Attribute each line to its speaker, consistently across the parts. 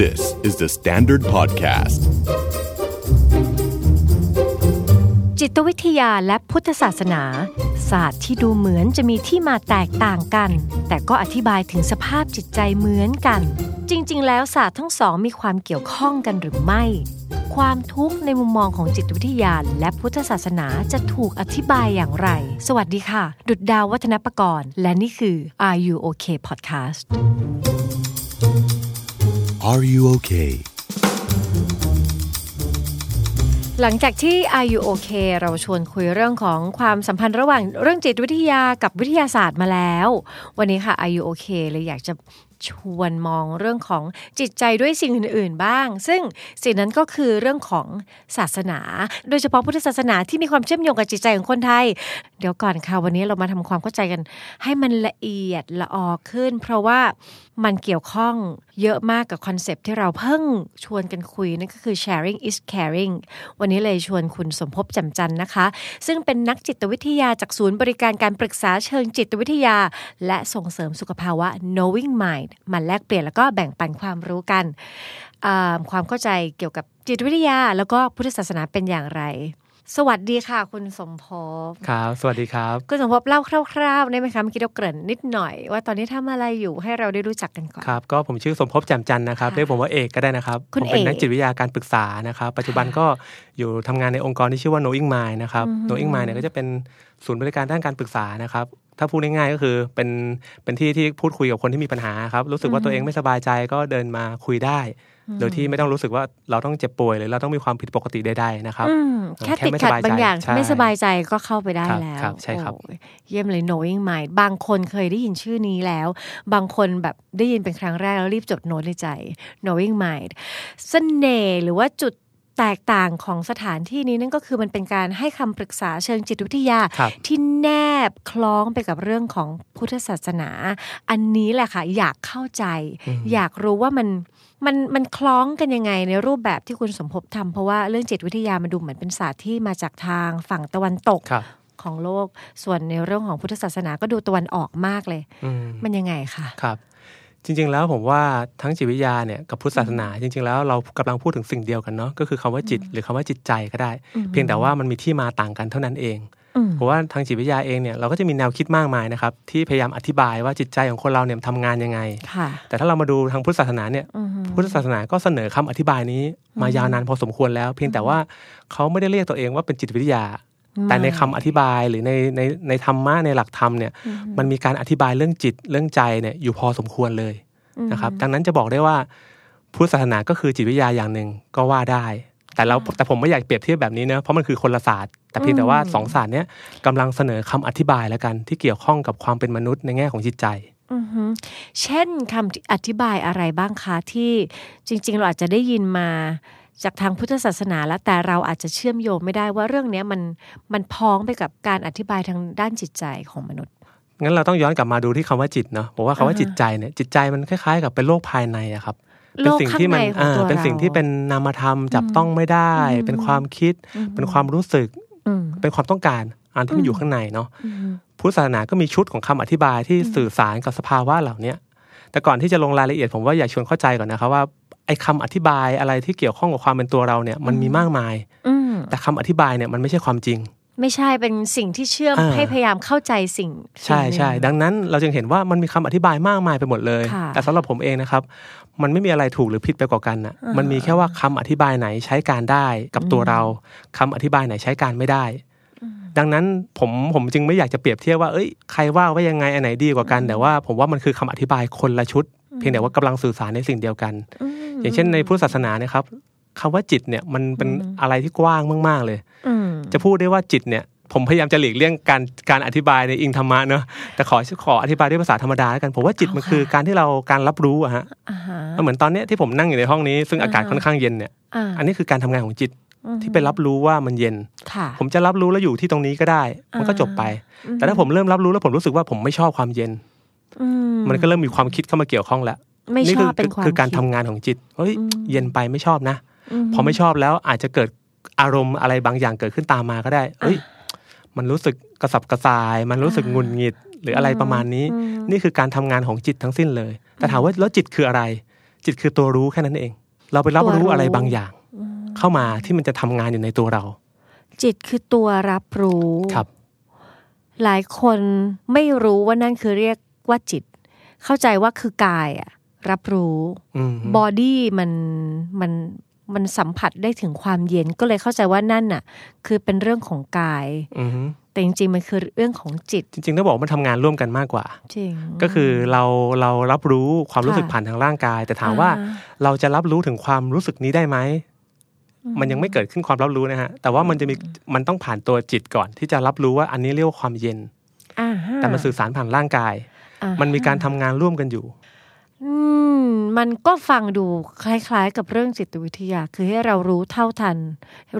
Speaker 1: This is the Standard Podcast.
Speaker 2: จิตวิทยาและพุทธศาสนา ศาสตร์ที่ดูเหมือนจะมีที่มาแตกต่างกัน แต่ก็อธิบายถึงสภาพจิตใจเหมือนกัน จริง ๆ แล้วศาสตร์ทั้งสองมีความเกี่ยวข้องกันหรือไม่ ความทุกข์ในมุมมองของจิตวิทยาและพุทธศาสนาจะถูกอธิบายอย่างไร สวัสดีค่ะ ดุดดาววัฒนประกรณ์ และนี่คือ Are You Okay Podcast
Speaker 1: Are you okay?
Speaker 2: หลังจากที่ Are You Okay เราชวนคุยเรื่องของความสัมพันธ์ระหว่างเรื่องจิตวิทยากับวิทยาศาสตร์มาแล้ว วันนี้ค่ะ Are You Okay เลยอยากจะชวนมองเรื่องของจิตใจด้วยสิ่งอื่น ๆ บ้าง ซึ่งสิ่งนั้นก็คือเรื่องของศาสนา โดยเฉพาะพุทธศาสนาที่มีความเชื่อมโยงกับจิตใจของคนไทย เดี๋ยวก่อนค่ะ วันนี้เรามาทำความเข้าใจกัน ให้มันละเอียดละออขึ้น เพราะว่ามันเกี่ยวข้องเยอะมากกับคอนเซปต์ที่เราเพิ่งชวนกันคุยนั่นก็คือ sharing is caring วันนี้เลยชวนคุณสมภพแจำจันทร์นะคะ ซึ่งเป็นนักจิตวิทยาจากศูนย์บริการการปรึกษาเชิงจิตวิทยา และส่งเสริมสุขภาวะ knowing mind มาแลกเปลี่ยนแล้วก็แบ่งปันความรู้กันอ่าความเข้าใจเกี่ยวกับจิตวิทยา แล้วก็พุทธศาสนาเป็นอย่างไร สวัสดีค่ะ คุณสมภพ
Speaker 3: ครับ สวัสดีครับ
Speaker 2: คุณสมภพเล่าคร่าวๆได้ไหมคะเมื่อกี้เราเกริ่นนิดหน่อย ว่าตอนนี้ทำอะไรอยู่ให้เราได้รู้จักกันก่อน
Speaker 3: ครับ ก็ผมชื่อสมภพแจ่มจันทร์นะครับ
Speaker 2: ค่ะ
Speaker 3: เรียกผมว่าเอกก็ได้นะครับ
Speaker 2: คุ
Speaker 3: ผ
Speaker 2: ณ
Speaker 3: มเป็น
Speaker 2: เอก
Speaker 3: นักจิตวิทยาการปรึกษานะครับ ปัจจุบันก็อยู่ทำงานในองค์กรที่ชื่อว่า Knowing Mind นะครับ
Speaker 2: อือหือ
Speaker 3: Knowing Mind เนี่ยก็จะเป็นศูนย์บริการด้านการปรึกษานะครับ ถ้าพูดง่ายๆก็คือเป็นเป็นที่ที่พูดคุยกับคนที่มีปัญหาครับ รู้สึกว่าตัวเองไม่สบายใจก็เดินมาคุยได้ โดยที่ไม่ต้องรู้สึกว่าเราต้องเจ็บป่วยหรือเราต้องมีความผิดปกติใดๆนะครับ
Speaker 2: อืม
Speaker 3: เอ่อ
Speaker 2: แค่
Speaker 3: แค่
Speaker 2: ติด
Speaker 3: ไม่
Speaker 2: ขัด
Speaker 3: สบายใจ
Speaker 2: บางอย่าง
Speaker 3: ใช่
Speaker 2: ไม่สบายใจก็เข้าไปได้
Speaker 3: ครับ
Speaker 2: แล้ว
Speaker 3: ครับใช่ครับ
Speaker 2: โอ้ยเยี่ยมเลย knowing mind บางคนเคยได้ยินชื่อนี้แล้ว บางคนแบบได้ยินเป็นครั้งแรกแล้วรีบจดโน้ตในใจ knowing mind เสน่ห์หรือว่าจุดแตกต่างของสถานที่นี้นั่นก็คือมันเป็นการให้คำปรึกษาเชิงจิตวิทยา
Speaker 3: ครับ
Speaker 2: ที่แนบคล้องไปกับเรื่องของพุทธศาสนา อันนี้แหละค่ะ อยากเข้าใจ
Speaker 3: อืม
Speaker 2: อยากรู้ว่ามันมันมันคล้องกันยังไงในรูปแบบที่คุณสมภพทำเพราะว่าเรื่องจิตวิทยามันดูเหมือนเป็นศาสตร์ที่มาจากทางฝั่งตะวันตก
Speaker 3: ครับ
Speaker 2: ของโลก ส่วนในเรื่องของพุทธศาสนาก็ดูตะวันออกมากเลย
Speaker 3: อืม
Speaker 2: มันยังไงคะ
Speaker 3: ครับ จริงๆแล้วผมว่าทั้งจิตวิทยาเนี่ยกับพุทธศาสนา จริง ๆ แล้วเรากำลังพูดถึงสิ่งเดียวกันเนาะก็คือคำว่าจิตหรือคำว่าจิตใจก็ได้ เพียงแต่ว่ามันมีที่มาต่างกันเท่านั้นเอง
Speaker 2: อืม
Speaker 3: เพราะว่าทางจิตวิทยาเองเนี่ยเราก็จะมีแนวคิดมากมายนะครับที่พยายามอธิบายว่าจิตใจของคนเราเนี่ยทำงานยังไง
Speaker 2: ค่ะ
Speaker 3: แต่ถ้าเรามาดูทางพุทธศาสนาเนี่ย
Speaker 2: อืม
Speaker 3: พุทธศาสนาก็เสนอคำอธิบายนี้มายาวนานพอสมควรแล้ว เพียงแต่ว่าเขาไม่ได้เรียกตัวเองว่าเป็นจิตวิทยา แต่ในคำอธิบายหรือในในในธรรมะในหลักธรรมเนี่ยมันมีการอธิบายเรื่องจิตเรื่องใจเนี่ยอยู่พอสมควรเลยนะครับดังนั้นจะบอกได้ว่าพุทธศาสนาก็คือจิตวิทยาอย่างหนึ่งก็ว่าได้ แต่เราแต่ผมไม่อยากเปรียบเทียบแบบนี้เนะเพราะมันคือคนละศาสตร์แต่เพียงแต่ว่าสองศาสตร์เนี้ยกำลังเสนอคำอธิบายแล้วกันที่เกี่ยวข้องกับความเป็นมนุษย์ในแง่ของจิตใจ
Speaker 2: อืมฮึเช่นคำอธิบายอะไรบ้างคะที่จริง ๆ เราอาจจะได้ยินมาจากทางพุทธศาสนาแล้วแต่เราอาจจะเชื่อมโยงไม่ได้ว่าเรื่องเนี้ยมันมันพ้องไปกับการอธิบายทางด้านจิตใจของมนุษย์
Speaker 3: งั้นเราต้องย้อนกลับมาดูที่คำว่าจิตเนาะบอกว่าคำว่าจิตใจเนี่ยจิตใจมันคล้ายๆ กับเป็นโลกภายในอะครับ เป็นสิ่งที่มัน
Speaker 2: โลกข้างในของ
Speaker 3: อ่า
Speaker 2: ตัวเรา
Speaker 3: เป็นสิ่งที่เป็นนามธรรมจับต้องไม่ได้ เป็นความคิด เป็นความรู้สึก
Speaker 2: อืม
Speaker 3: เป็นความต้องการอันที่มันอยู่ข้างในเนาะ
Speaker 2: อืม
Speaker 3: พุทธศาสนาก็มีชุดของคำอธิบายที่สื่อสารกับสภาวะเหล่าเนี้ยแต่ก่อนที่จะลงรายละเอียดผมว่าอยากชวนเข้าใจก่อนนะครับว่าไอ้คำอธิบายอะไรที่เกี่ยวข้องกับความเป็นตัวเราเนี่ยมันมีมากมาย
Speaker 2: อืม
Speaker 3: แต่คำอธิบายเนี่ยมันไม่ใช่ความจริง
Speaker 2: ไม่ใช่เป็นสิ่งที่เชื่อม
Speaker 3: อ่า
Speaker 2: ให้พยายามเข้าใจสิ่ง
Speaker 3: ใช่
Speaker 2: สิ่งหนึ่ง
Speaker 3: ใช่ดังนั้นเราจึงเห็นว่ามันมีคำอธิบายมากมายไปหมดเลย
Speaker 2: ค่ะ
Speaker 3: แต่สำหรับผมเองนะครับ มันไม่มีอะไรถูกหรือผิดไปกว่ากันนะมันมีแค่ว่าคำอธิบายไหนใช้การได้กับตัวเราคำอธิบายไหนใช้การไม่ได้ ดังนั้นผมผมจึงไม่อยากจะเปรียบเทียบว่าเอ้ยใครว่าไว่ายังไงอันไหนดีกว่ากัน แต่ว่าผมว่ามันคือคำอธิบายคนละชุด เพียงแต่ว่ากำลังสื่อสารในสิ่งเดียวกัน
Speaker 2: อืม
Speaker 3: อย่างเช่นในพุทธศาสนาเนะครับคำว่าจิตเนี่ยมันเป็นอะไรที่กว้างมากๆเลย
Speaker 2: อืม
Speaker 3: จะพูดได้ว่าจิตเนี่ยผมพยายามจะหลีกเลี่ยงการการอธิบายในอิงธรรมะเนอะแต่ขอขออธิบายด้วยภาษาธรรมดาแล้วกันผมว่าจิตมัน
Speaker 2: เอาค่ะ
Speaker 3: คือการที่เราการรับรู้อะฮะ
Speaker 2: อ่าฮะ
Speaker 3: มันเหมือนตอนเนี้ยที่ผมนั่งอยู่ในห้องนี้ซึ่งอากาศค่อนข้างเย็นเนี่ย
Speaker 2: อ่า
Speaker 3: อันนี้คือการทำงานของจิตที่ไปรับรู้ว่ามันเย็น
Speaker 2: ค่ะ
Speaker 3: ผมจะรับรู้แล้วอยู่ที่ตรงนี้ก็ได้ มันก็จบไป แต่ถ้าผมเริ่มรับรู้แล้วผมรู้สึกว่าผมไม่ชอบความเย็น
Speaker 2: อืม
Speaker 3: มันก็เริ่มมีความคิดเข้ามาเกี่ยวข้องแล้ว
Speaker 2: ไม่
Speaker 3: นี่
Speaker 2: ช
Speaker 3: คื
Speaker 2: อบเป็นความ
Speaker 3: คือการ
Speaker 2: คิด
Speaker 3: ทำงานของจิตเฮ้ย
Speaker 2: อืม
Speaker 3: เย็นไปไม่ชอบนะ
Speaker 2: ม
Speaker 3: พอไม่ชอบแล้วอาจจะเกิดอารมณ์อะไรบางอย่างเกิดขึ้นตามมาก็ได้ เอ้ย มันรู้สึกกระสับกระส่าย มันรู้สึกหงุนงิดหรืออะไรประมาณนี้ นี่คือการทำงานของจิตทั้งสิ้นเลย แต่ถามว่าแล้วจิตคืออะไร จิตคือตัวรู้แค่นั้นเอง เราไปรับ
Speaker 2: ตัวรู้
Speaker 3: รู้อะไรบางอย่าง เข้ามาที่มันจะทำงานอยู่ในตัวเรา
Speaker 2: จิตคือตัวรับรู้
Speaker 3: ครับ
Speaker 2: หลายคนไม่รู้ว่านั่นคือเรียกว่าจิต เข้าใจว่าคือกายอะรับรู้
Speaker 3: อืม
Speaker 2: บอดี้มันมันมันสัมผัสได้ถึงความเย็นก็เลยเข้าใจว่านั่นน่ะ คือเป็นเรื่องของกาย
Speaker 3: อืม
Speaker 2: แต่จริงๆมันคือเรื่องของจิต
Speaker 3: จริงๆต้องบอกว่ามันทำงานร่วมกันมากกว่า
Speaker 2: จริง
Speaker 3: ก็คือเราเรารับรู้ความรู้สึก
Speaker 2: ค่ะ
Speaker 3: ผ่านทางร่างกาย แต่ถามว่า
Speaker 2: อ่
Speaker 3: เราจะรับรู้ถึงความรู้สึกนี้ได้ไหม มันยังไม่เกิดขึ้นความรับรู้นะฮะ แต่ว่ามันจะมีมันต้องผ่านตัวจิตก่อน ที่จะรับรู้ว่าอันนี้เรียกว่าความเย็น
Speaker 2: อ่าฮะ
Speaker 3: แต่มันสื่อสารผ่านร่างกาย
Speaker 2: อ่าฮะ
Speaker 3: มันมีการทำงานร่วมกันอยู่
Speaker 2: อืมมันก็ฟังดูคล้าย ๆ กับเรื่องจิตวิทยา คือให้เรารู้เท่าทัน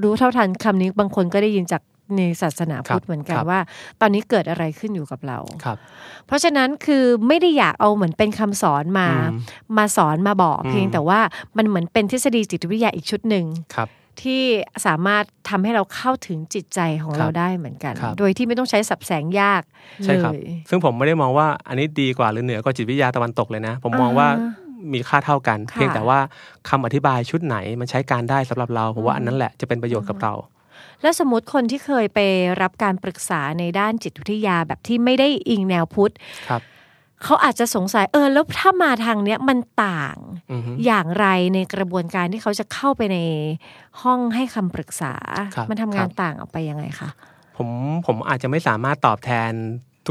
Speaker 2: รู้เท่าทันคำนี้บางคนก็ได้ยินจากในศาสนาพุทธ
Speaker 3: ครับ
Speaker 2: เหมือนกัน
Speaker 3: ครับ
Speaker 2: ว่า ตอนนี้เกิดอะไรขึ้นอยู่กับเรา
Speaker 3: ครับ
Speaker 2: เพราะฉะนั้นคือไม่ได้อยากเอาเหมือนเป็นคำสอนมา
Speaker 3: อืม
Speaker 2: มาสอนมาบอก
Speaker 3: อืม
Speaker 2: เพียงแต่ว่ามันเหมือนเป็นทฤษฎีจิตวิทยาอีกชุดหนึ่ง
Speaker 3: ครับ
Speaker 2: ที่สามารถทำให้เราเข้าถึงจิตใจของ
Speaker 3: ครับ
Speaker 2: เราได้เหมือนกัน
Speaker 3: ครับ
Speaker 2: โดยที่ไม่ต้องใช้สับแสงยาก
Speaker 3: ใช่
Speaker 2: เล
Speaker 3: ครับ
Speaker 2: ย
Speaker 3: ซึ่งผมไม่ได้มองว่าอันนี้ดีกว่าหรือเหนือกว่าจิตวิทยาตะวันตกเลยนะ ผมมอง
Speaker 2: อ่าฮะ
Speaker 3: ว่ามีค่าเท่ากัน
Speaker 2: ค่ะ
Speaker 3: เพียงแต่ว่าคำอธิบายชุดไหนมันใช้การได้สำหรับเราผมว่าอันนั้นแหละจะเป็นประโยชน์กับเรา
Speaker 2: แล้วสมมติคนที่เคยไปรับการปรึกษาในด้านจิตวิทยาแบบที่ไม่ได้อิงแนวพุทธ
Speaker 3: ครับ
Speaker 2: เขาอาจจะสงสัยเออแล้วถ้ามาทางเนี้ยมันต่าง
Speaker 3: อือฮึ
Speaker 2: อย่างไรในกระบวนการที่เขาจะเข้าไปในห้องให้คำปรึกษา
Speaker 3: ครับ
Speaker 2: มันทำงาน
Speaker 3: ครับ
Speaker 2: ต่างออกไปยังไงคะ
Speaker 3: ผมผมอาจจะไม่สามารถตอบแทน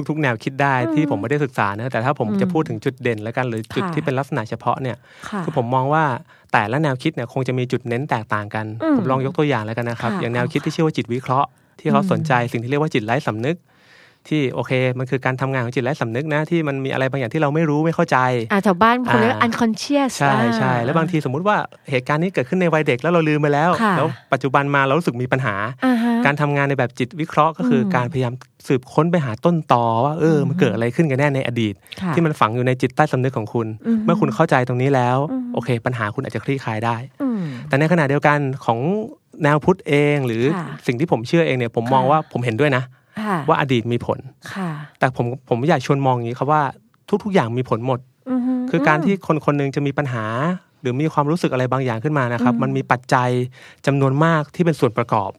Speaker 3: ทุกๆ แนวคิดได้ที่ผมไม่ได้ศึกษานะแต่ถ้าผมจะพูดถึงจุดเด่นแล้วกันหรือจุด
Speaker 2: ค่ะ
Speaker 3: ที่เป็นลักษณะเฉพาะเนี่ย
Speaker 2: ค่ะ
Speaker 3: คือผมมองว่าแต่ละแนวคิดเนี่ยคงจะมีจุดเน้นแตกต่างกัน
Speaker 2: อืม
Speaker 3: ผมลองยกตัวอย่างแล้วกันนะครับ
Speaker 2: ค่ะ
Speaker 3: อย่างแนวคิดที่ชื่อว่าจิตวิเคราะห์ ที่เขา
Speaker 2: อืม
Speaker 3: สนใจสิ่งที่เรียกว่าจิตไร้สำนึก ที่โอเค มันคือการทำงานของจิตไร้สำนึกนะที่มันมีอะไรบางอย่างที่เราไม่รู้ไม่เข้าใจ
Speaker 2: อ่าแถวบ้านคนเรียก
Speaker 3: อ่า
Speaker 2: unconscious
Speaker 3: ใช่
Speaker 2: อ่
Speaker 3: ใช่แล้วบางทีสมมุติว่าเหตุการณ์นี้เกิดขึ้นในวัยเด็กแล้วเราลืมไปแล้ว
Speaker 2: ค่ะ
Speaker 3: แล้วปัจจุบันมาเรารู้สึกมีปัญหา
Speaker 2: อ่าฮะ
Speaker 3: การทำงานในแบบจิตวิเคราะห์ก็คืออ
Speaker 2: ม
Speaker 3: การพยายามสืบค้นไปหาต้นตอว่าเออมันเกิดอะไรขึ้นกันแน่ในอดีต
Speaker 2: ค่ะ
Speaker 3: ที่มันฝังอยู่ในจิตใต้สำนึกของคุณ
Speaker 2: อือฮึ
Speaker 3: เมื่อคุณเข้าใจตรงนี้แล้ว
Speaker 2: อือฮึ
Speaker 3: โอเค ปัญหาคุณอาจจะคลี่คลายได้
Speaker 2: อืม
Speaker 3: แต่ในขณะเดียวกันของแนวพุทธเองหรือ
Speaker 2: ค่ะ
Speaker 3: สิ่งที่ผมเชื่อเองเนี่ยผมมอง
Speaker 2: ค่ะ
Speaker 3: ว่าผมเห็นด้วยนะ
Speaker 2: ค่ะ
Speaker 3: ว่าอดีตมีผล
Speaker 2: ค่ะ
Speaker 3: แต่ผมผมอยากชวนมองอย่างนี้ครับว่าทุก ๆ อย่างมีผลหมด
Speaker 2: ม
Speaker 3: คือการที่คนคนหนึงจะมีปัญหา หรือมีความรู้สึกอะไรบางอย่างขึ้นมานะครับ
Speaker 2: อืม
Speaker 3: มันมีปัจจัยจำนวนมากที่เป็นส่วนประกอบ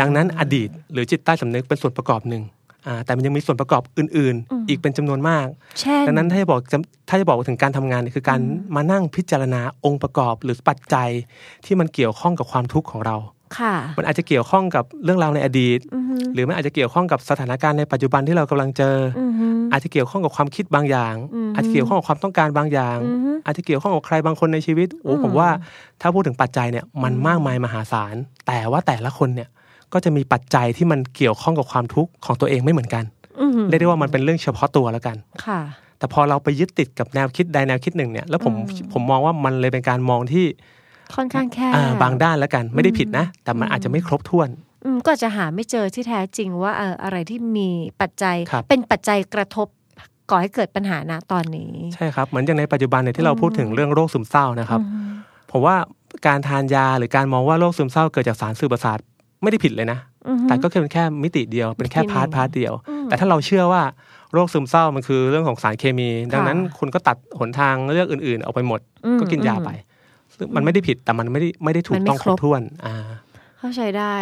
Speaker 3: ดังนั้นอดีตหรือจิตใต้สำนึกเป็นส่วนประกอบหนึ่งอ่าแต่มันยังมีส่วนประกอบอื่น ๆ อีกเป็นจำนวนมาก
Speaker 2: เช่น
Speaker 3: ดังนั้นถ้าจะบอกจำถ้าจะบอกถึงการทำงานเนี่ยคือการมานั่งพิจารณาองค์ประกอบหรือปัจจัยที่มันเกี่ยวข้องกับความทุกข์ของเรา
Speaker 2: ค่ะ
Speaker 3: มันอาจจะเกี่ยวข้องกับเรื่องราวในอดีต
Speaker 2: อือฮึ
Speaker 3: หรือมันอาจจะเกี่ยวข้องกับสถานการณ์ในปัจจุบันที่เรากำลังเจออ
Speaker 2: อือฮึ
Speaker 3: อาจจะเกี่ยวข้องกับความคิดบางอย่าง
Speaker 2: อืม
Speaker 3: อาจจะเกี่ยวข้องกับความต้องการบางอย่าง
Speaker 2: อือฮึ
Speaker 3: อาจจะเกี่ยวข้องกับใครบางคนในชีวิตโอ้ผมว่าถ้าพูดถึงปัจจัยเนี่ยมันมากมายมหาศาล แต่ว่าแต่ละคนเนี่ยก็จะมีปัจจัยที่มันเกี่ยวข้องกับความทุกข์ของตัวเองไม่เหมือนกัน
Speaker 2: อือฮึ
Speaker 3: เรียกได้ว่ามันเป็นเรื่องเฉพาะตัวแล้วกัน
Speaker 2: ค่ะ
Speaker 3: แต่พอเราไปยึดติดกับแนวคิดใดแนวคิดหนึ่งเนี่ยแล้วผมผมมองว่ามันเลยเป็นการมองที่
Speaker 2: ค่อนข้างแคบ
Speaker 3: อ่าบางด้านแล้วกันไม่ได้ผิดนะ แต่มันอาจจะไม่ครบถ้วน
Speaker 2: อืมก็อาจจะหาไม่เจอที่แท้จริงว่าเอออะไรที่มีปัจจัย
Speaker 3: ครับ
Speaker 2: เป็นปัจจัยกระทบก่อให้เกิดปัญหาณตอนนี้
Speaker 3: ใช่ครับเหมือนอย่างในปัจจุบันเนี่ยที่เราพูดถึงเรื่องโรคซึมเศร้านะครับ
Speaker 2: อืม
Speaker 3: ผมว่าการทานยาหรือการมองว่าโรคซึมเศร้าเกิดจากสารสื่อประสาทไม่ได้ผิดเลยนะ
Speaker 2: อือฮึ
Speaker 3: แต่ก็แค่เป็นแค่มิติเดียวเป็นแค่พาร์ทพาร์ทเดียว
Speaker 2: อืม
Speaker 3: แต่ถ้าเราเชื่อว่าโรคซึมเศร้ามันคือเรื่องของสารเคมี ดังนั้นคุณก็ตัดหนทางเลือกอื่นๆ ออกไปหมด
Speaker 2: อืม
Speaker 3: ก็กินยาไปซึ่งมันไม่ได้ผิดแต่มันไม่ได้ไม่ได้ถู
Speaker 2: มั
Speaker 3: ก
Speaker 2: นไม่
Speaker 3: ต้องคร
Speaker 2: ครบ
Speaker 3: บถ้วนอ่า
Speaker 2: เข้าใจได้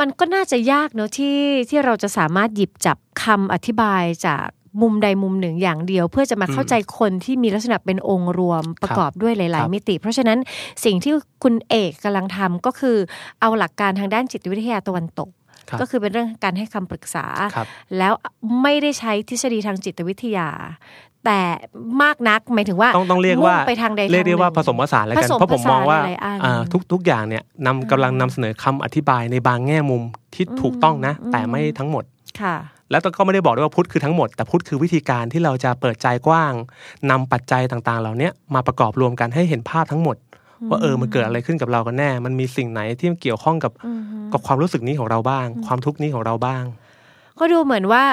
Speaker 2: มันก็น่าจะยากเนอะที่ที่เราจะสามารถหยิบจับคำอธิบายจากมุมใดมุมหนึ่งอย่างเดียว เพื่อจะมาเข้าใจคนที่มีลักษณะเป็นองค์รวมประกอบด้วยห
Speaker 3: ครั
Speaker 2: ลาย
Speaker 3: บ
Speaker 2: ๆ มิติ เพราะฉะนั้นสิ่งที่คุณเอกกำลังทำก็คือเอาหลักการทางด้านจิตวิทยาตะวันตก
Speaker 3: ครับ
Speaker 2: ก็คือเป็นเรื่องการให้คำปรึกษา
Speaker 3: ครับ
Speaker 2: แล้วไม่ได้ใช้ทฤษฎีทางจิตวิทยา แต่มากนักหมายถึงว่า
Speaker 3: ต้องต้องเรียกว่า
Speaker 2: มุ่งไปทางใด
Speaker 3: เรียกได้
Speaker 2: ท
Speaker 3: ว่า
Speaker 2: งห
Speaker 3: ผ
Speaker 2: นึ่ง
Speaker 3: สมผสานแล้วกั
Speaker 2: ผ
Speaker 3: น
Speaker 2: สม
Speaker 3: เพราะผมมองว่า
Speaker 2: ผสานหลายๆอัน
Speaker 3: อ่าทุกทุกอย่างเนี่ยนำกำลังนำเสนอคำอธิบายในบางแง่มุมที่ถูกต้องนะ แต่ไม่ทั้งหมด
Speaker 2: ค่ะ
Speaker 3: แล้วก็ไม่ได้บอกด้วยว่าพุทธคือทั้งหมดแต่พุทธคือวิธีการที่เราจะเปิดใจกว้างนำปัจจัยต่างๆ เหล่าเนี้ยมาประกอบรวมกันให้เห็นภาพทั้งหมด ว่าเออมันเกิดอะไรขึ้นกับเรากันแน่ มันมีสิ่งไหนที่มันเกี่ยวข้องกับกับความรู้สึกนี้ของเราบ้าง ความทุกข์นี้ของเราบ้าง
Speaker 2: ก็ดูเหมือนว่า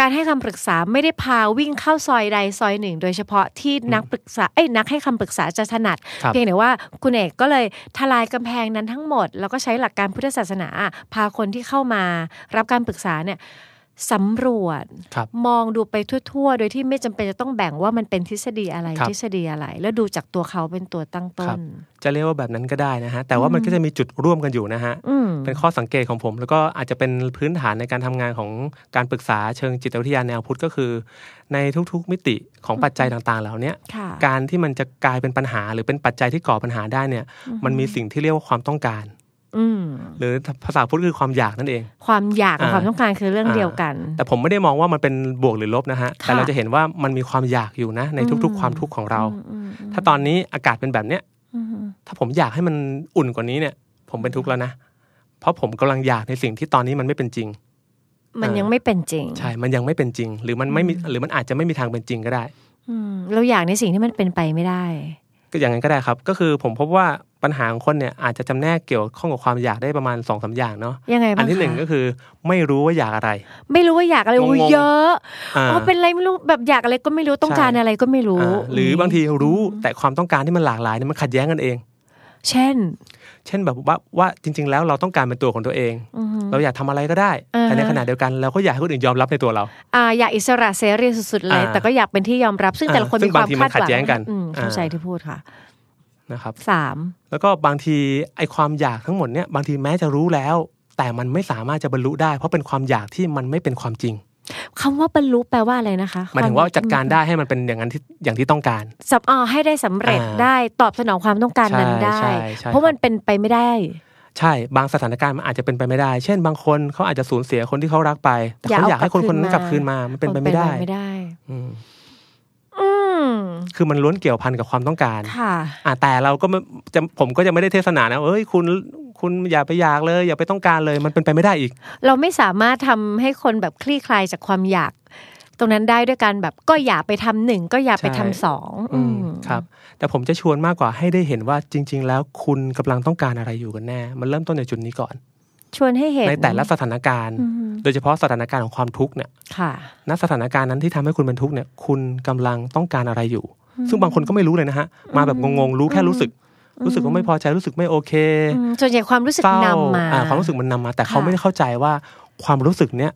Speaker 2: การให้คำปรึกษาไม่ได้พาวิ่งเข้าซอยใดซอยหนึ่ง โดยเฉพาะที่นักปรึกษาเอ้ยนักให้คำปรึกษาจะถนัด
Speaker 3: ครับ
Speaker 2: เพียงแต่ว่าคุณเอกก็เลยทลายกำแพงนั้นทั้งหมด แล้วก็ใช้หลักการพุทธศาสนา พาคนที่เข้ามารับการปรึกษาเนี่ย สำรวจ
Speaker 3: ครับ
Speaker 2: มองดูไปทั่วๆ โดยที่ไม่จำเป็นจะต้องแบ่งว่ามันเป็นทฤษฎีอะไร
Speaker 3: ครับ
Speaker 2: ทฤษฎีอะไร แล้วดูจากตัวเขาเป็นตัวตั้งต้
Speaker 3: ครั
Speaker 2: น
Speaker 3: บ จะเรียกว่าแบบนั้นก็ได้นะฮะแต่ว่ามันก็จะมีจุดร่วมกันอยู่นะฮะ
Speaker 2: อืม
Speaker 3: เป็นข้อสังเกตของผม แล้วก็อาจจะเป็นพื้นฐานในการทำงานของการปรึกษาเชิงจิตวิทยาแนวพุทธก็คือ ในทุกๆมิติของปัจจัยต่างๆ เหล่าเนี้ย
Speaker 2: ค่ะ
Speaker 3: การที่มันจะกลายเป็นปัญหา หรือเป็นปัจจัยที่ก่อปัญหาได้เนี่ย มันมีสิ่งที่เรียกว่าความต้องการ
Speaker 2: อืม
Speaker 3: หรือภาษาพุทธคือความอยากนั่นเอง
Speaker 2: ความอยากกับ
Speaker 3: อ่า
Speaker 2: ความต้องการคือเรื่องเดียวกัน
Speaker 3: แต่ผมไม่ได้มองว่ามันเป็นบวกหรือลบนะฮะ แต่เราจะเห็นว่ามันมีความอยากอยู่นะ ในทุก ๆ ความทุกข์ของเรา ถ้าตอนนี้อากาศเป็นแบบเนี้ยถ้าผมอยากให้มันอุ่นกว่านี้เนี่ย ผมเป็นทุกข์แล้วนะ เพราะผมกำลังอยากในสิ่งที่ตอนนี้มันไม่เป็นจริง
Speaker 2: มันยังไม่เป็นจริง
Speaker 3: ใช่ มันยังไม่เป็นจริง หรือมันไม่มีหรือมันอาจจะไม่มีทางเป็นจริงก็ได้
Speaker 2: อืมเราอยากในสิ่งที่มันเป็นไปไม่ได้
Speaker 3: ก็อย่างนั้นก็ได้ครับ ก็คือผมพบว่าปัญหาของคนเนี่ยอาจจะจำแนกเกี่ยวข้องกับความอยากได้ประมาณ2อสาอย่างเนาะ
Speaker 2: ยังไงบ้าง
Speaker 3: อันที่หนึ่ง
Speaker 2: คะ
Speaker 3: ก็คือไม่รู้ว่าอยากอะไร
Speaker 2: ไม่รู้ว่าอยากอะไรอุ้ย
Speaker 3: งงๆ
Speaker 2: เยอะ
Speaker 3: อ่า
Speaker 2: อ๋อเป็นอะไรไม่รู้แบบอยากอะไรก็ไม่รู้ต้องการ
Speaker 3: ใช่
Speaker 2: อะไรก็ไม่รู้
Speaker 3: อ่าหรือบางทีรู้แต่ความต้องการที่มันหลากหลายเนี่ยมันขัดแย้งกันเอง
Speaker 2: เช่น
Speaker 3: เช่นแบบว่าว่าจริง ๆ แล้วเราต้องการเป็นตัวของตัวเอง เราอยากทำอะไรก็ได้
Speaker 2: อ่าฮะ
Speaker 3: แต่ในขณะเดียวกันเราก็อยากให้คนอื่นยอมรับในตัวเรา
Speaker 2: อ่าอยากอิสระเสรีสุดๆเลย
Speaker 3: อ่า
Speaker 2: แต่ก็อยากเป็นที่ยอมรับซึ่ง
Speaker 3: อ่า
Speaker 2: แต่ละคน
Speaker 3: ซึ่
Speaker 2: มี
Speaker 3: งบาว
Speaker 2: คาง ม
Speaker 3: ที
Speaker 2: คาด
Speaker 3: มัน
Speaker 2: หวั
Speaker 3: ขัดแย้งกัน
Speaker 2: อืมเข้า
Speaker 3: อ่า
Speaker 2: ใจที่พูดค่ะ
Speaker 3: นะครับ
Speaker 2: สาม
Speaker 3: แล้วก็บางทีไอ้ความอยากทั้งหมดเนี่ยบางทีแม้จะรู้แล้ว แต่มันไม่สามารถจะบรรลุได้ เพราะเป็นความอยากที่มันไม่เป็นความจริง
Speaker 2: คำว่าบรรลุแปลว่าอะไรนะคะ
Speaker 3: หมายถึงว่าจัดการได้ให้มันเป็นอย่างนั้นที่อย่างที่ต้องการ
Speaker 2: สำออให้ได้สำเร็จ
Speaker 3: อ่า
Speaker 2: ได้ตอบสนองความต้องการนั้น
Speaker 3: ใช่
Speaker 2: ได้
Speaker 3: ใช่ใช่
Speaker 2: เพราะ
Speaker 3: ครับ
Speaker 2: มันเป็นไปไม่ได้
Speaker 3: ใช่ บางสถานการณ์มันอาจจะเป็นไปไม่ได้ เช่น บางคนเขาอาจจะสูญเสียคนที่เขารักไปแต่เขาอยากให้คนคนนั้นกลับคืนมามันเป็นไปไม่ได้
Speaker 2: เป็นไปไม่ได้
Speaker 3: อืม
Speaker 2: อืม
Speaker 3: คือมันล้วนเกี่ยวพันกับความต้องการ
Speaker 2: ค่ะ
Speaker 3: อ่ะแต่เราก็ไม่จะผมก็จะไม่ได้เทศนานะเอ้ยคุณคุณอย่าไปอยากเลย อย่าไปต้องการเลยมันเป็นไปไม่ได้อีก
Speaker 2: เราไม่สามารถทำให้คนแบบคลี่คลายจากความอยาก ตรงนั้นได้ด้วยการแบบก็อย่าไปทำหนึ่งก็อย่าไป
Speaker 3: ใช่
Speaker 2: ทำสอง
Speaker 3: อืม
Speaker 2: อืม
Speaker 3: ครับ แต่ผมจะชวนมากกว่าให้ได้เห็นว่าจริง ๆ แล้วคุณกำลังต้องการอะไรอยู่กันแน่ มันเริ่มต้นจากจุดนี้ก่อน
Speaker 2: ชวนให้เห็น
Speaker 3: ในแต่ละสถานการณ์ โดยเฉพาะสถานการณ์ของความทุกข์เนี่ย
Speaker 2: ค่ะ
Speaker 3: ณสถานการณ์นั้นที่ทำให้คุณเป็นทุกข์เนี่ย คุณกำลังต้องการอะไรอยู่ ซึ่งบางคนก็ไม่รู้เลยนะฮะมาแบบงงๆรู้แค่รู้สึก รู้สึกว่าไม่พอใจรู้สึกไม่โอเค
Speaker 2: อืมส่วนใหญ่ความรู้สึก
Speaker 3: เศร้าน
Speaker 2: ำมา
Speaker 3: อ่ความรู้สึกมันนำมา แต่เขา
Speaker 2: ค่ะ
Speaker 3: ไม่ได้เข้าใจว่าความรู้สึกเนี้ย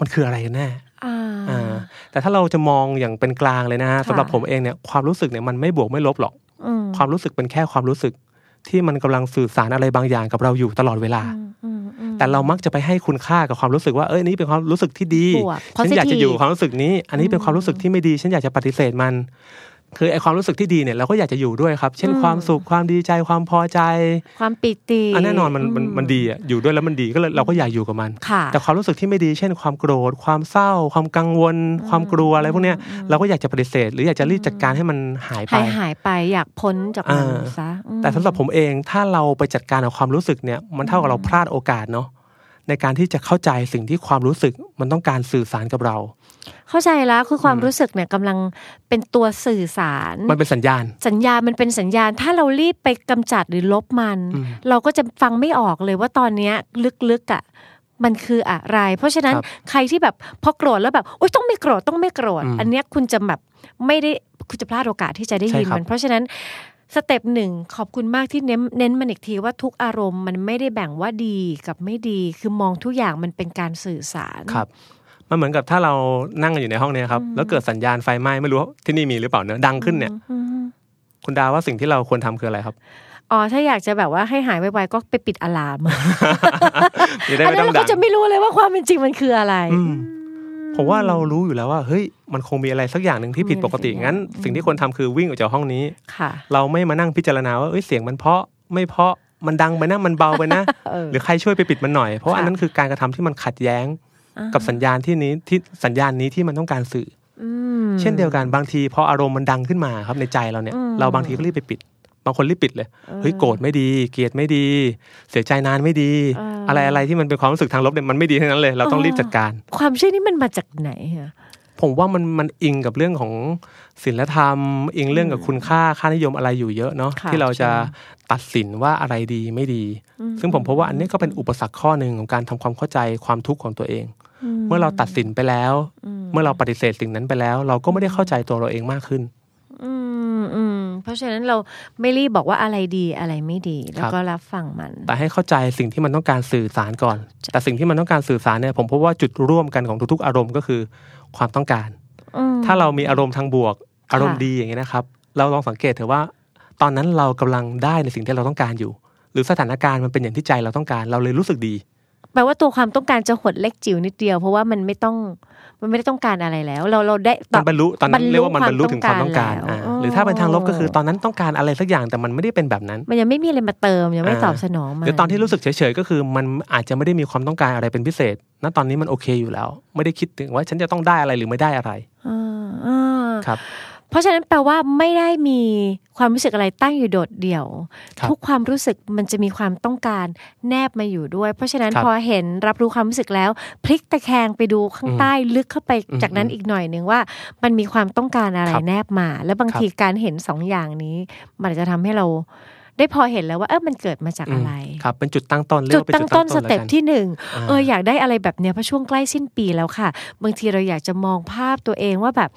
Speaker 3: มันคืออะไรกันแน่
Speaker 2: อ่า
Speaker 3: อ่า แต่ถ้าเราจะมองอย่างเป็นกลางเลยนะฮะ
Speaker 2: ค่ะ
Speaker 3: สำหรับผมเองเนี่ยความรู้สึกเนี่ยมันไม่บวกไม่ลบหรอก
Speaker 2: อืม
Speaker 3: ความรู้สึกเป็นแค่ความรู้สึก ที่มันกำลังสื่อสารอะไรบางอย่างกับเราอยู่ตลอดเวลา
Speaker 2: อืมอืม
Speaker 3: แต่เรามักจะไปให้คุณค่ากับความรู้สึกว่าเอ้ยนี่เป็นความรู้สึกที่ดี
Speaker 2: บวก
Speaker 3: ฉันอยากจะ
Speaker 2: positive
Speaker 3: อยู่กับความรู้สึกนี้ อันนี้เป็นความรู้สึกที่ไม่ดี ฉันอยากจะปฏิเสธมัน คือไอความรู้สึกที่ดีเนี่ยเราก็อยากจะอยู่ด้วยครับ เช่นความสุขความดีใจความพอใจ
Speaker 2: ความปิติ
Speaker 3: อันแน่นอนมันมันมันดีอ่ะอยู่ด้วยแล้วมันดีก็เลยเราก็อยากอยู่กับมัน
Speaker 2: ค่ะ
Speaker 3: แต่ความรู้สึกที่ไม่ดีเช่นความโกรธ ความเศร้า ความกังวล ความกลัวอะไรพวกเนี้ยเราก็อยากจะปฏิเสธ หรืออยากจะรีบจัดการให้มันหายไป
Speaker 2: หายหายไปอยากพ้นจากมัน
Speaker 3: อ่า
Speaker 2: ซะอืม
Speaker 3: แต่สำหรับผมเองถ้าเราไปจัดการกับความรู้สึกเนี่ยมันเท่ากับเราพลาดโอกาสเนาะในการที่จะเข้าใจสิ่งที่ความรู้สึกมันต้องการสื่อสารกับเรา
Speaker 2: เข้าใจแล้วคือความรู้สึกเนี่ยกำลังเป็นตัวสื่อสาร
Speaker 3: มันเป็นสัญญาณ
Speaker 2: สัญญาณมันเป็นสัญญาณถ้าเรารีบไปกำจัดหรือลบมัน
Speaker 3: อืม
Speaker 2: เราก็จะฟังไม่ออกเลยว่าตอนเนี้ยลึกๆอ่ะมันคืออะไร เพราะฉะนั้น
Speaker 3: ครับ
Speaker 2: ใครที่แบบพอโกรธแล้วแบบโอ๊ยต้องไม่โกรธต้องไม่โกรธ
Speaker 3: อืม
Speaker 2: อันเนี้ยคุณจะแบบไม่ได้คุณจะพลาดโอกาสที่จะได้ยิน
Speaker 3: ใช่ครับ
Speaker 2: มัน เพราะฉะนั้นสเต็ปหนึ่งขอบคุณมากที่เน้นเน้นมันอีกทีว่าทุกอารมณ์มันไม่ได้แบ่งว่าดีกับไม่ดี คือมองทุกอย่างมันเป็นการสื่อสาร
Speaker 3: ครับมันเหมือนกับถ้าเรานั่งกันอยู่ในห้องเนี้ยครับแล้วเกิดสัญญาณไฟไหม้ไม่รู้ว่าที่นี่มีหรือเปล่าเนอะดังขึ้นเนี่ย คุณดาว่าสิ่งที่เราควรทำคืออะไรครับ
Speaker 2: อ๋อถ้าอยากจะแบบว่าให้หายไวๆก็ไปปิดอะลาม
Speaker 3: จะได้
Speaker 2: อัน
Speaker 3: ไม่
Speaker 2: นั้
Speaker 3: ต้
Speaker 2: น
Speaker 3: อง
Speaker 2: เรา
Speaker 3: ดั
Speaker 2: ก็
Speaker 3: ง
Speaker 2: จะไม่รู้เลยว่าความเป็นจริงมันคืออะไร
Speaker 3: อืมผมว่าเรารู้อยู่แล้วว่าเฮ้ยมันคงมีอะไรสักอย่างหนึ่งที่ผิดปกติ
Speaker 2: มีอะไรสักอย่าง
Speaker 3: งั้น สิ่งที่ควรทำคือวิ่งออกจากห้องนี้
Speaker 2: ค่ะ
Speaker 3: เราไม่มานั่งพิจารณาว่าเอ้ยเสียงมันเพราะไม่เพราะมันดังไปนะมันเบาไปนะ
Speaker 2: เออ
Speaker 3: หรือใครช่วยไปปิดมันหน่อย เพราะ
Speaker 2: ค่ะ
Speaker 3: อันนั้นคือการกระทำที่มันขัดแย้งกับสัญญาณที่นี้ที่สัญญาณนี้ที่มันต้องการสื่ออเช่นเดียวกันบางทีพออารมณ์มันดังขึ้นมาครับในใจเราเนี่ย เราบางทีก็รีบไปปิด บางคนรีบปิดเลยเฮ้ยโกรธไม่ดี เกลียดไม่ดี เสียใจนานไม่ดี
Speaker 2: เอออ
Speaker 3: อะไรอะไรที่มันเป็นความรู้สึกทางลบเนี่ยมันไม่ดีทั้งนั้นเลย เราต้องรีบจัดการ
Speaker 2: ความเชื่อนี้มันมาจากไหนอะ
Speaker 3: ผมว่ามันมันอิงกับเรื่องของศิลธรรม อิงเรื่องกับคุณค่าค่านิยมอะไรอยู่เยอะเนาะ
Speaker 2: ค่ะ
Speaker 3: ที่เราจะตัดสินว่าอะไรดีไม่ดี ซึ่งผมพบว่าอันนี้ก็เป็นอุปสรรคข้อหนึ่งของการทำความเข้าใจความทุกข์ของตัวเอง เมื่อเราตัดสินไปแล้ว เมื่อเราปฏิเสธสิ่งนั้นไปแล้ว เราก็ไม่ได้เข้าใจตัวเราเองมากขึ้น
Speaker 2: อืมอืมเพราะ ราะฉะนั้นเราไม่รีบบอกว่าอะไรดีอะไรไม่ดี แล้วก็รับฟังมัน
Speaker 3: แต่ให้เข้าใจสิ่งที่มันต้องการสื่อสารก่อน แต่สิ่งที่มันต้องการสื่อสารเนี่ยผมพบว่าจุดร่วมกันของทุกๆ อารมณ์ก็คือความต้องการ
Speaker 2: อืม
Speaker 3: ถ้าเรามีอารมณ์ทางบวก อารมณ์ดีอย่างนี้ยนะครับ เราลองสังเกตเถอะว่า ตอนนั้นเรากำลังได้ในสิ่งที่เราต้องการอยู่ หรือสถานการณ์มันเป็นอย่างที่ใจเราต้องการ เราเลยรู้สึกดี
Speaker 2: แปลว่าตัวความต้องการจะหดเล็กจิ๋วนิดเดียว เพราะว่ามันไม่ต้องมันไม่ได้ต้องการอะไรแล้ว เราเราได้ต
Speaker 3: มั
Speaker 2: อบ
Speaker 3: นบรรลุตอนนั้นเรียกว่ามันบรรลุถึงความต้องการ
Speaker 2: แล้ว
Speaker 3: อ่า
Speaker 2: อ๋อ
Speaker 3: หรือถ้าเป็นทางลบก็คือตอนนั้นต้องการอะไรสักอย่างแต่มันไม่ได้เป็นแบบนั้น
Speaker 2: มันยังไม่มีอะไรมาเติมยังไม่
Speaker 3: อ่า
Speaker 2: ตอบสนองมัน
Speaker 3: หรือตอนที่รู้สึกเฉยๆก็คือมันอาจจะไม่ได้มีความต้องการอะไรเป็นพิเศษณตอนนี้มันโอเคอยู่แล้ว ไม่ได้คิดถึงว่าฉันจะต้องได้อะไรหรือไม่ได้อะไร
Speaker 2: อ่าอ่า
Speaker 3: ครับ
Speaker 2: เพราะฉะนั้นแปลว่าไม่ได้มีความรู้สึกอะไรตั้งอยู่โดดเดี่ยว
Speaker 3: ครับ
Speaker 2: ทุกความรู้สึกมันจะมีความต้องการแนบมาอยู่ด้วย เพราะฉะนั้น
Speaker 3: ครับ
Speaker 2: พอเห็นรับรู้ความรู้สึกแล้ว พลิกตะแคงไปดูข้างใต้ลึกเข้าไป
Speaker 3: อืม
Speaker 2: จากนั้นอีกหน่อยหนึ่งว่า มันมีความต้องการอะไร
Speaker 3: ครับ
Speaker 2: แนบมา แล้วบาง
Speaker 3: ครับ
Speaker 2: ทีการเห็นสองอย่างนี้ มันอาจจะทำให้เรา ได้พอเห็นแล้วว่าเออมันเกิดมาจากอะไร
Speaker 3: มครับเป็นจุดตั้งต้นเรีย
Speaker 2: จุ
Speaker 3: ก
Speaker 2: ด
Speaker 3: ว่าเป็น
Speaker 2: ตั้ง
Speaker 3: จุด
Speaker 2: ต้
Speaker 3: ตั้
Speaker 2: น
Speaker 3: ง
Speaker 2: ส
Speaker 3: ต้นแล้ว
Speaker 2: เต็ป
Speaker 3: กัน
Speaker 2: ที่หนึ่ง
Speaker 3: อ่า
Speaker 2: เอออยากได้อะไรแบบเนี้ยเพราะช่วงใกล้สิ้นปีแล้วค่ะ บางทีเราอยากจะมองภาพตัวเองว่าแบบ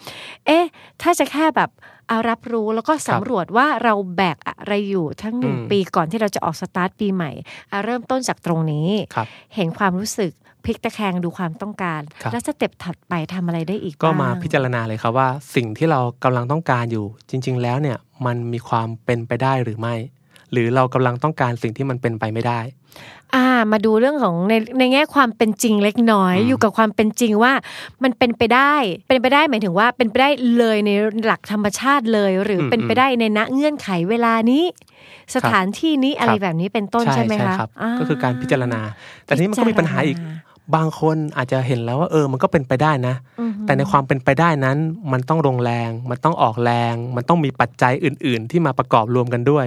Speaker 2: เอ๊ะ ถ้าจะแค่แบบเอารับรู้แล้วก็สำรวจว่าเราแบกอะไรอยู่ทั้งหนึ่ง
Speaker 3: อืม
Speaker 2: ปีก่อนที่เราจะออกสตาร์ทปีใหม่อ่ะเริ่มต้นจากตรงนี้
Speaker 3: ครับ
Speaker 2: เห็นความรู้สึกพลิกตะแคงดูความต้องการ
Speaker 3: ครับ
Speaker 2: แล้วสเต็ปถัดไปทำอะไรได้อีก
Speaker 3: ก็มา
Speaker 2: บ้ง
Speaker 3: พิจารณาเลยครับว่าสิ่งที่เรากำลังต้องการอยู่ จริง ๆ แล้วเนี่ยมันมีความเป็นไปได้หรือไม่ หรือเรากำลังต้องการสิ่งที่มันเป็นไปไม่ได้
Speaker 2: อ่ามาดูเรื่องของในในแง่ความเป็นจริงเล็กน้อย
Speaker 3: อืม
Speaker 2: อยู่กับความเป็นจริงว่ามันเป็นไปได้ เป็นไปได้หมายถึงว่าเป็นไปได้เลยในหลักธรรมชาติเลย หรืออ
Speaker 3: ม
Speaker 2: เป็นไปได้ในณเงื่อนไขเวลานี้ สถานที่นี้อะไรแบบนี้เป็นต้นใช่ไหมคะ
Speaker 3: รับ
Speaker 2: อ่า
Speaker 3: ก็คือการพิจารณา แต่ทีนี้มันก็มีปัญหาอีก
Speaker 2: พิจารณ
Speaker 3: บางคนอาจจะเห็นแล้วว่าเออมันก็เป็นไปได้นะ
Speaker 2: อือฮึ
Speaker 3: แต่ในความเป็นไปได้นั้น มันต้องลงแรง มันต้องออกแรง มันต้องมีปัจจัยอื่น ๆ ที่มาประกอบรวมกันด้วย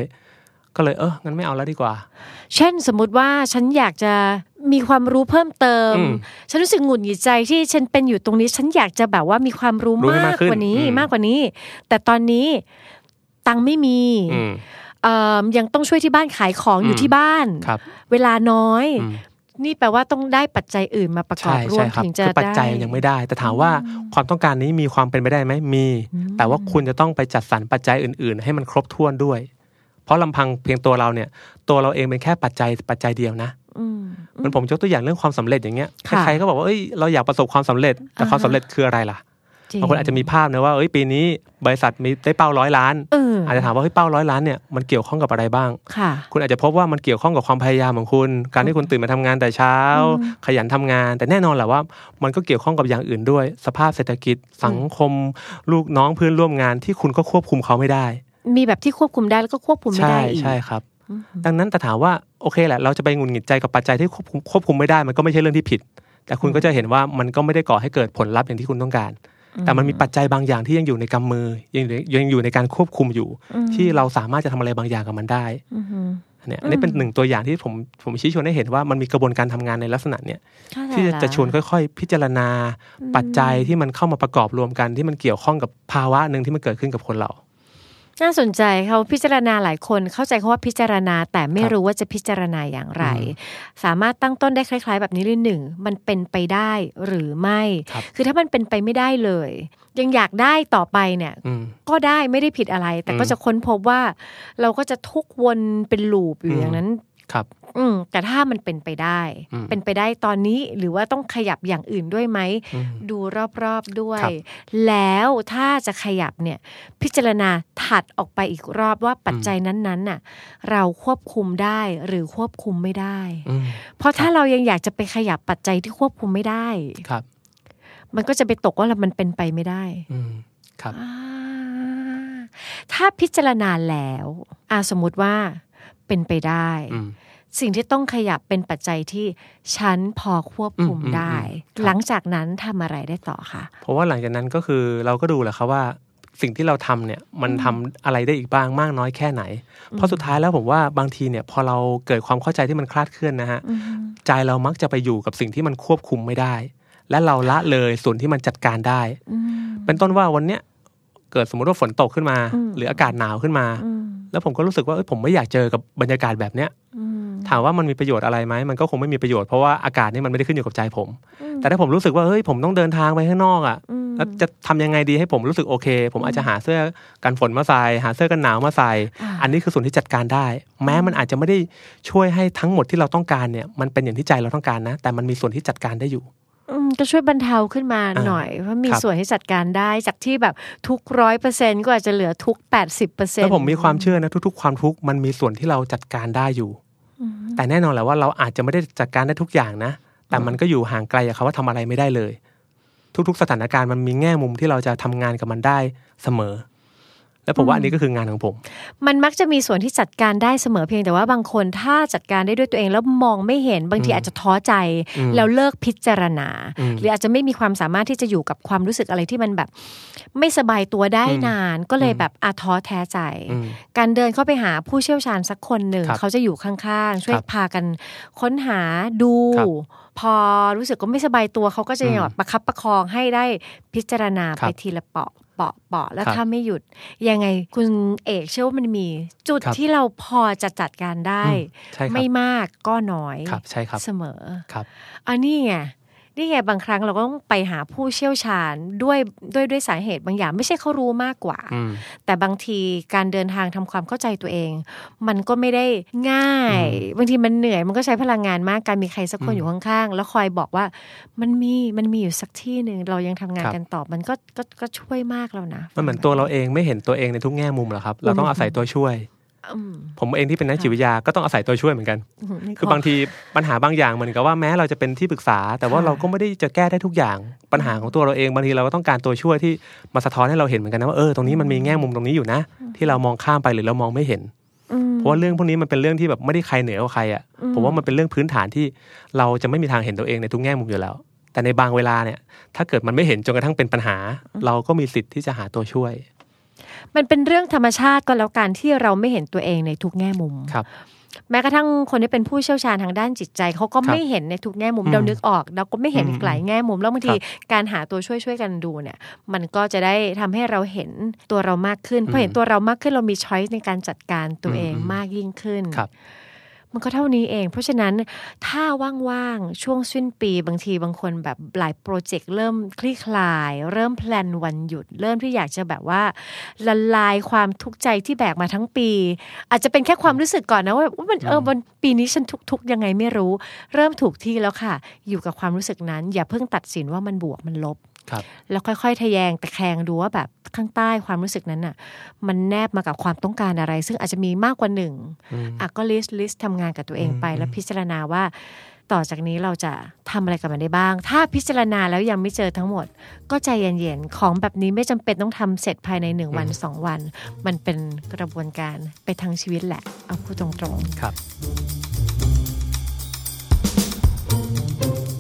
Speaker 3: ก็เลยเอองั้นไม่เอาแล้วดีกว่า
Speaker 2: เช่นสมมุติว่าฉันอยากจะมีความรู้เพิ่มเติม
Speaker 3: อืม
Speaker 2: ฉันรู้สึกหงุดหงิดใจที่ฉันเป็นอยู่ตรงนี้ ฉันอยากจะแบบว่ามีความรู้
Speaker 3: รู้
Speaker 2: มาม
Speaker 3: ให้าก กขึ้น
Speaker 2: กว่านี้
Speaker 3: อืม
Speaker 2: มากกว่านี้ แต่ตอนนี้ตังค์ไม่มี
Speaker 3: อืม
Speaker 2: เอ่อยังต้องช่วยที่บ้านขายของอยู่
Speaker 3: อืม
Speaker 2: ที่บ้าน
Speaker 3: ครับ
Speaker 2: เวลาน้อย
Speaker 3: อืม
Speaker 2: นี่แปลว่าต้องได้ปัจจัยอื่นมาประกอบ
Speaker 3: ใช่
Speaker 2: ร่วม
Speaker 3: ใช่ครับ
Speaker 2: ถึงจะ
Speaker 3: คือปัจ
Speaker 2: ได้
Speaker 3: จัยมันยังไม่ได้ แต่ถามว่าความต้องการนี้มีความเป็นไปได้ไหมมี แต่ว่าคุณจะต้องไปจัดสรรปัจจัยอื่น ๆ ให้มันครบถ้วนด้วย เพราะลำพังเพียงตัวเราเนี่ย ตัวเราเองเป็นแค่ปัจจัยปัจจัยเดียวนะเหมันผมยกตัวอย่างเรื่องความสำเร็จอย่างเงี้ย
Speaker 2: ค่ะ
Speaker 3: ใครๆก็บอกว่าเอ้ยเราอยากประสบความสำเร็จแต่
Speaker 2: อ่าฮะ
Speaker 3: ความสำเร็จคืออะไรล่ะ
Speaker 2: จริง
Speaker 3: บางคนอาจจะมีภาพนะว่าเอ้ยปีนี้บริษัทมีได้เป้าร้อยล้าน
Speaker 2: เอออ
Speaker 3: อาจจะถามว่าเฮ้ยเป้าร้อยล้านเนี่ยมันเกี่ยวข้องกับอะไรบ้าง
Speaker 2: ค่ะ
Speaker 3: คุณอาจจะพบว่ามันเกี่ยวข้องกับความพยายามของคุณ การที่คุณตื่นมาทำงานแต่เช้า ขยันทำงาน แต่แน่นอนแหละว่า มันก็เกี่ยวข้องกับอย่างอื่นด้วย สภาพเศรษฐกิจ สังคม ลูกน้องเพื่อนร่วมงานที่คุณก็ควบคุมเขาไม่ได้
Speaker 2: มีแบบที่ควบคุมได้แล้วก็ควบคุมไม่
Speaker 3: ใช่
Speaker 2: ได้อีก
Speaker 3: ใช่ครับ ดังนั้นแต่ถามว่าโอเคแหละ เราจะไปหงุนหงิดใจกับปัจจัยที่ควบคุมควบคุมไม่ได้ มันก็ไม่ใช่เรื่องที่ผิด แต่คุณก็จะเห็นว่ามันก็ไม่ได้ก่อให้เกิดผลลัพธ์อย่างที่คุณต้องการ แต่มันมีปัจจัยบางอย่างที่ยังอยู่ในกำมือยังอยู่ในยังอยู่ในการควบคุมอยู่ ที่เราสามารถจะทำอะไรบางอย่างกับมันได้
Speaker 2: อือฮึ
Speaker 3: อันเนี้ยอันนี้เป็นหนึ่งตัวอย่างที่ผมผมชี้ชวนให้เห็นว่ามันมีกระบวนการทำงานในลักษณะเนี้ย
Speaker 2: เข้าใจ
Speaker 3: ที่จะ
Speaker 2: ละ
Speaker 3: จะชวนค่อย ๆ พิจารณา ปัจจัยที่มันเข้ามาประกอบรวมกันที่มันเกี่ยวข้องกับภาวะหนึ่งที่มันเกิดขึ้นกับคนเรา
Speaker 2: น่าสนใจเขาพิจารณาหลายคนเข้าใจคาว่าพิจารณา แต่ไม่
Speaker 3: ครับ
Speaker 2: รู้ว่าจะพิจารณาอย่างไร สามารถตั้งต้นได้คล้าย ๆ แบบนี้เลยหนึ่งมันเป็นไปได้หรือไม่
Speaker 3: ครับ
Speaker 2: คือถ้ามันเป็นไปไม่ได้เลย ยังอยากได้ต่อไปเนี่ย
Speaker 3: อืม
Speaker 2: ก็ได้ไม่ได้ผิดอะไร แต่ก็
Speaker 3: อืม
Speaker 2: จะค้นพบว่าเราก็จะทุกข์วนเป็นลูปอยู่
Speaker 3: อืม
Speaker 2: อย่างนั้น
Speaker 3: ครับ
Speaker 2: อืมแต่ถ้ามันเป็นไปได้
Speaker 3: อืม
Speaker 2: เป็นไปได้ตอนนี้หรือว่าต้องขยับอย่างอื่นด้วยไหม
Speaker 3: อืม
Speaker 2: ดูรอบๆด้วย
Speaker 3: ครับ
Speaker 2: แล้วถ้าจะขยับเนี่ย พิจารณาถัดออกไปอีกรอบว่าปัจจัยนั้นๆน่ะ เราควบคุมได้หรือควบคุมไม่ได้
Speaker 3: อืม
Speaker 2: เพราะถ้าเรายังอยากจะไปขยับปัจจัยที่ควบคุมไม่ได้
Speaker 3: ครับ
Speaker 2: มันก็จะไปตกว่าเรามันเป็นไปไม่ได้
Speaker 3: อืมครับ
Speaker 2: อ่าถ้าพิจารณาแล้วอาสมมติว่าเป็นไปได้
Speaker 3: อืม
Speaker 2: สิ่งที่ต้องขยับเป็นปัจจัยที่ฉันพอควบคุม
Speaker 3: อืมอืม
Speaker 2: ได้
Speaker 3: ครับ
Speaker 2: หลังจากนั้นทำอะไรได้ต่อคะ
Speaker 3: เพราะว่าหลังจากนั้นก็คือเราก็ดูแหละครับว่าสิ่งที่เราทำเนี่ยมันทำอะไรได้อีกบ้างมากน้อยแค่ไหน เพราะสุดท้ายแล้วผมว่าบางทีเนี่ยพอเราเกิดความเข้าใจที่มันคลาดเคลื่อนนะฮะใจเรามักจะไปอยู่กับสิ่งที่มันควบคุมไม่ได้ และเราละเลยส่วนที่มันจัดการได้ เป็นต้นว่าวันเนี้ยเกิดสมมติว่าฝนตกขึ้นมา หรืออากาศหนาวขึ้นมา แล้วผมก็รู้สึกว่าเอ้ยผมไม่อยากเจอกับบรรยากาศแบบเนี้ยถามว่ามันมีประโยชน์อะไรไหมมันก็คงไม่มีประโยชน์เพราะว่าอากาศนี่มันไม่ได้ขึ้นอยู่กับใจผม แต่ถ้าผมรู้สึกว่าเฮ้ยผมต้องเดินทางไปข้างนอกอ่ะ แล้วจะทำยังไงดีให้ผมรู้สึกโอเค ผมอาจจะหาเสื้อกันฝนมาใส่หาเสื้อกันหนาวมาใส่
Speaker 2: อ่า
Speaker 3: อันนี้คือส่วนที่จัดการได้ แม้มันอาจจะไม่ได้ช่วยให้ทั้งหมดที่เราต้องการเนี่ยมันเป็นอย่างที่ใจเราต้องการนะ แต่มันมีส่วนที่จัดการได้อยู่
Speaker 2: อืมก็ช่วยบรรเทาขึ้นมา
Speaker 3: อ่า
Speaker 2: หน่อย เพราะมี
Speaker 3: ครับ
Speaker 2: ส่วนให้จัดการได้จากที่แบบทุกร้อยเปอร์เซ็นก็อาจจะเหลือทุกแปดสิบเปอร์เซ็น
Speaker 3: แล้วผมมีความเชื่อนะทุก ๆ ความทุกข์มันมีส่วนที่เราจัดการได้อยู่ แต่แน่นอนแหละว่าเราอาจจะไม่ได้จัดการได้ทุกอย่างนะ แต่มันก็อยู่ห่างไกลจากคำว่าทำอะไรไม่ได้เลย ทุกๆ สถานการณ์มันมีแง่มุมที่เราจะทำงานกับมันได้เสมอ และผมว่าอันนี้ก็คืองานของผม
Speaker 2: มันมักจะมีส่วนที่จัดการได้เสมอเพียงแต่ว่าบางคนถ้าจัดการได้ด้วยตัวเองแล้วมองไม่เห็นบางทีอาจจะท้อใจ แล้วเลิกพิจารณา หรืออาจจะไม่มีความสามารถที่จะอยู่กับความรู้สึกอะไรที่มันแบบ ไม่สบายตัวได้นาน ก็เลยแบบอาท้อแท้ใจ
Speaker 3: อืม
Speaker 2: การเดินเข้าไปหาผู้เชี่ยวชาญสักคนหนึ่ง
Speaker 3: ครับ
Speaker 2: เขาจะอยู่ข้างๆ ช่วย
Speaker 3: ครับ
Speaker 2: พากันค้นหาดู
Speaker 3: ครับ
Speaker 2: พอรู้สึกก็ไม่สบายตัวเขาก็จะ
Speaker 3: อืม
Speaker 2: แบบประคับประคองให้ได้พิจารณา
Speaker 3: ครั
Speaker 2: ไป
Speaker 3: บ
Speaker 2: ทีละเปาะเปาะเปาะแล้ว
Speaker 3: ครับ
Speaker 2: ถ้าไม่หยุด ยังไงคุณเอกเชื่อว่ามันมีจุด
Speaker 3: ครับ
Speaker 2: ที่เราพอจะจัดการได้
Speaker 3: อืมใช่ครับ
Speaker 2: ไม่มากก็น้อย
Speaker 3: ครับใช่ครับ
Speaker 2: เสมอ
Speaker 3: ครับ
Speaker 2: อันนี้ไงนี่ไงบางครั้งเราก็ต้องไปหาผู้เชี่ยวชาญด้วยด้วยด้วยสาเหตุบางอย่างไม่ใช่เขารู้มากกว่า
Speaker 3: อืม
Speaker 2: แต่บางทีการเดินทางทำความเข้าใจตัวเอง มันก็ไม่ได้ง่าย บางทีมันเหนื่อยมันก็ใช้พลังงานมากการมีใครสักคนอยู่ข้างๆ แล้วคอยบอกว่ามันมีมันมีอยู่สักที่หนึ่งเรายังทำงาน
Speaker 3: ครับ
Speaker 2: กันต่อมันก็ก็ก็ช่วยมากแล้วนะ
Speaker 3: มันเหมือนตัวเราเองไม่เห็นตัวเองในทุกแง่มุมหรอกครับ เราต้องอาศัยตัวช่วย
Speaker 2: อืม
Speaker 3: ผมเองที่เป็นนักจิตวิทยาก็ต้องอาศัยตัวช่วยเหมือนกัน
Speaker 2: นึก
Speaker 3: คือบาง
Speaker 2: ก
Speaker 3: ทีปัญหาบางอย่างเหมือนกับว่าแม้เราจะเป็นที่ปรึกษา แต่ว่า
Speaker 2: ค่ะ
Speaker 3: เราก็ไม่ได้จะแก้ได้ทุกอย่าง ปัญหาของตัวเราเองบางทีเราก็ต้องการตัวช่วยที่มาสะท้อนให้เราเห็นเหมือนกันนะว่าเออตรงนี้มันมีแง่มุมตรงนี้อยู่นะ ที่เรามองข้ามไปหรือเรามองไม่เห็น
Speaker 2: อืม
Speaker 3: เพราะว่าเรื่องพวกนี้มันเป็นเรื่องที่แบบไม่ได้ใครเหนือกว่าใครอ่ะผมว่ามันเป็นเรื่องพื้นฐานที่เราจะไม่มีทางเห็นตัวเองในทุกแง่มุมอยู่แล้ว แต่ในบางเวลาเนี่ย ถ้าเกิดมันไม่เห็นจนกระทั่งเป็นปัญหา เราก็มีสิทธิ์ที่จะหาตัวช่วย
Speaker 2: มันเป็นเรื่องธรรมชาติก็แล้วกันที่เราไม่เห็นตัวเองในทุกแง่มุม
Speaker 3: ครับ
Speaker 2: แม้กระทั่งคนที่เป็นผู้เชี่ยวชาญทางด้านจิตใจเขาก็
Speaker 3: ครับ
Speaker 2: ไม่เห็นในทุกแง่มุม
Speaker 3: อืม
Speaker 2: เรานึกออกเราก็ไม่เห็น
Speaker 3: อืม
Speaker 2: อีกหลายแง่มุม แล้วบางที
Speaker 3: ครั
Speaker 2: การหาตัวช่วยช่วยกันดูเนี่ย มันก็จะได้ทำให้เราเห็นตัวเรามากขึ้นพอเห็นตัวเรามากขึ้นเรามีช้อยส์ในการจัดการตัวเอง
Speaker 3: อืม
Speaker 2: มากยิ่งขึ้น
Speaker 3: ครับ
Speaker 2: มันก็เท่านี้เอง เพราะฉะนั้นถ้าว่างๆช่วงสิ้นปีบางทีบางคนแบบหลายโปรเจกต์เริ่มคลี่คลาย เริ่มแพลนวันหยุด เริ่มที่อยากจะแบบว่าละลายความทุกข์ใจที่แบกมาทั้งปี อาจจะเป็นแค่ความรู้สึกก่อนนะว่าว่ามันเออวันปีนี้ฉันทุกข์ๆยังไงไม่รู้ เริ่มถูกที่แล้วค่ะ อยู่กับความรู้สึกนั้น อย่าเพิ่งตัดสินว่ามันบวกมันลบ
Speaker 3: ครับ
Speaker 2: แล้วค่อยๆ ทะแยงตะแคงดูว่าแบบข้างใต้ความรู้สึกนั้นน่ะ มันแนบมากับความต้องการอะไร ซึ่งอาจจะมีมากกว่าหนึ่งอ่ะก็ลิสต์ลิสต์ทำงานกับตัวเองไป แล้วพิจารณาว่า ต่อจากนี้เราจะทำอะไรกับมันได้บ้าง ถ้าพิจารณาแล้วยังไม่เจอทั้งหมด ก็ใจเย็นๆ ของแบบนี้ไม่จำเป็นต้องทำเสร็จภายในหนึ่งวันสองวัน มันเป็นกระบวนการไปทั้งชีวิตแหละ เอาพูดตรงๆ
Speaker 3: ครับ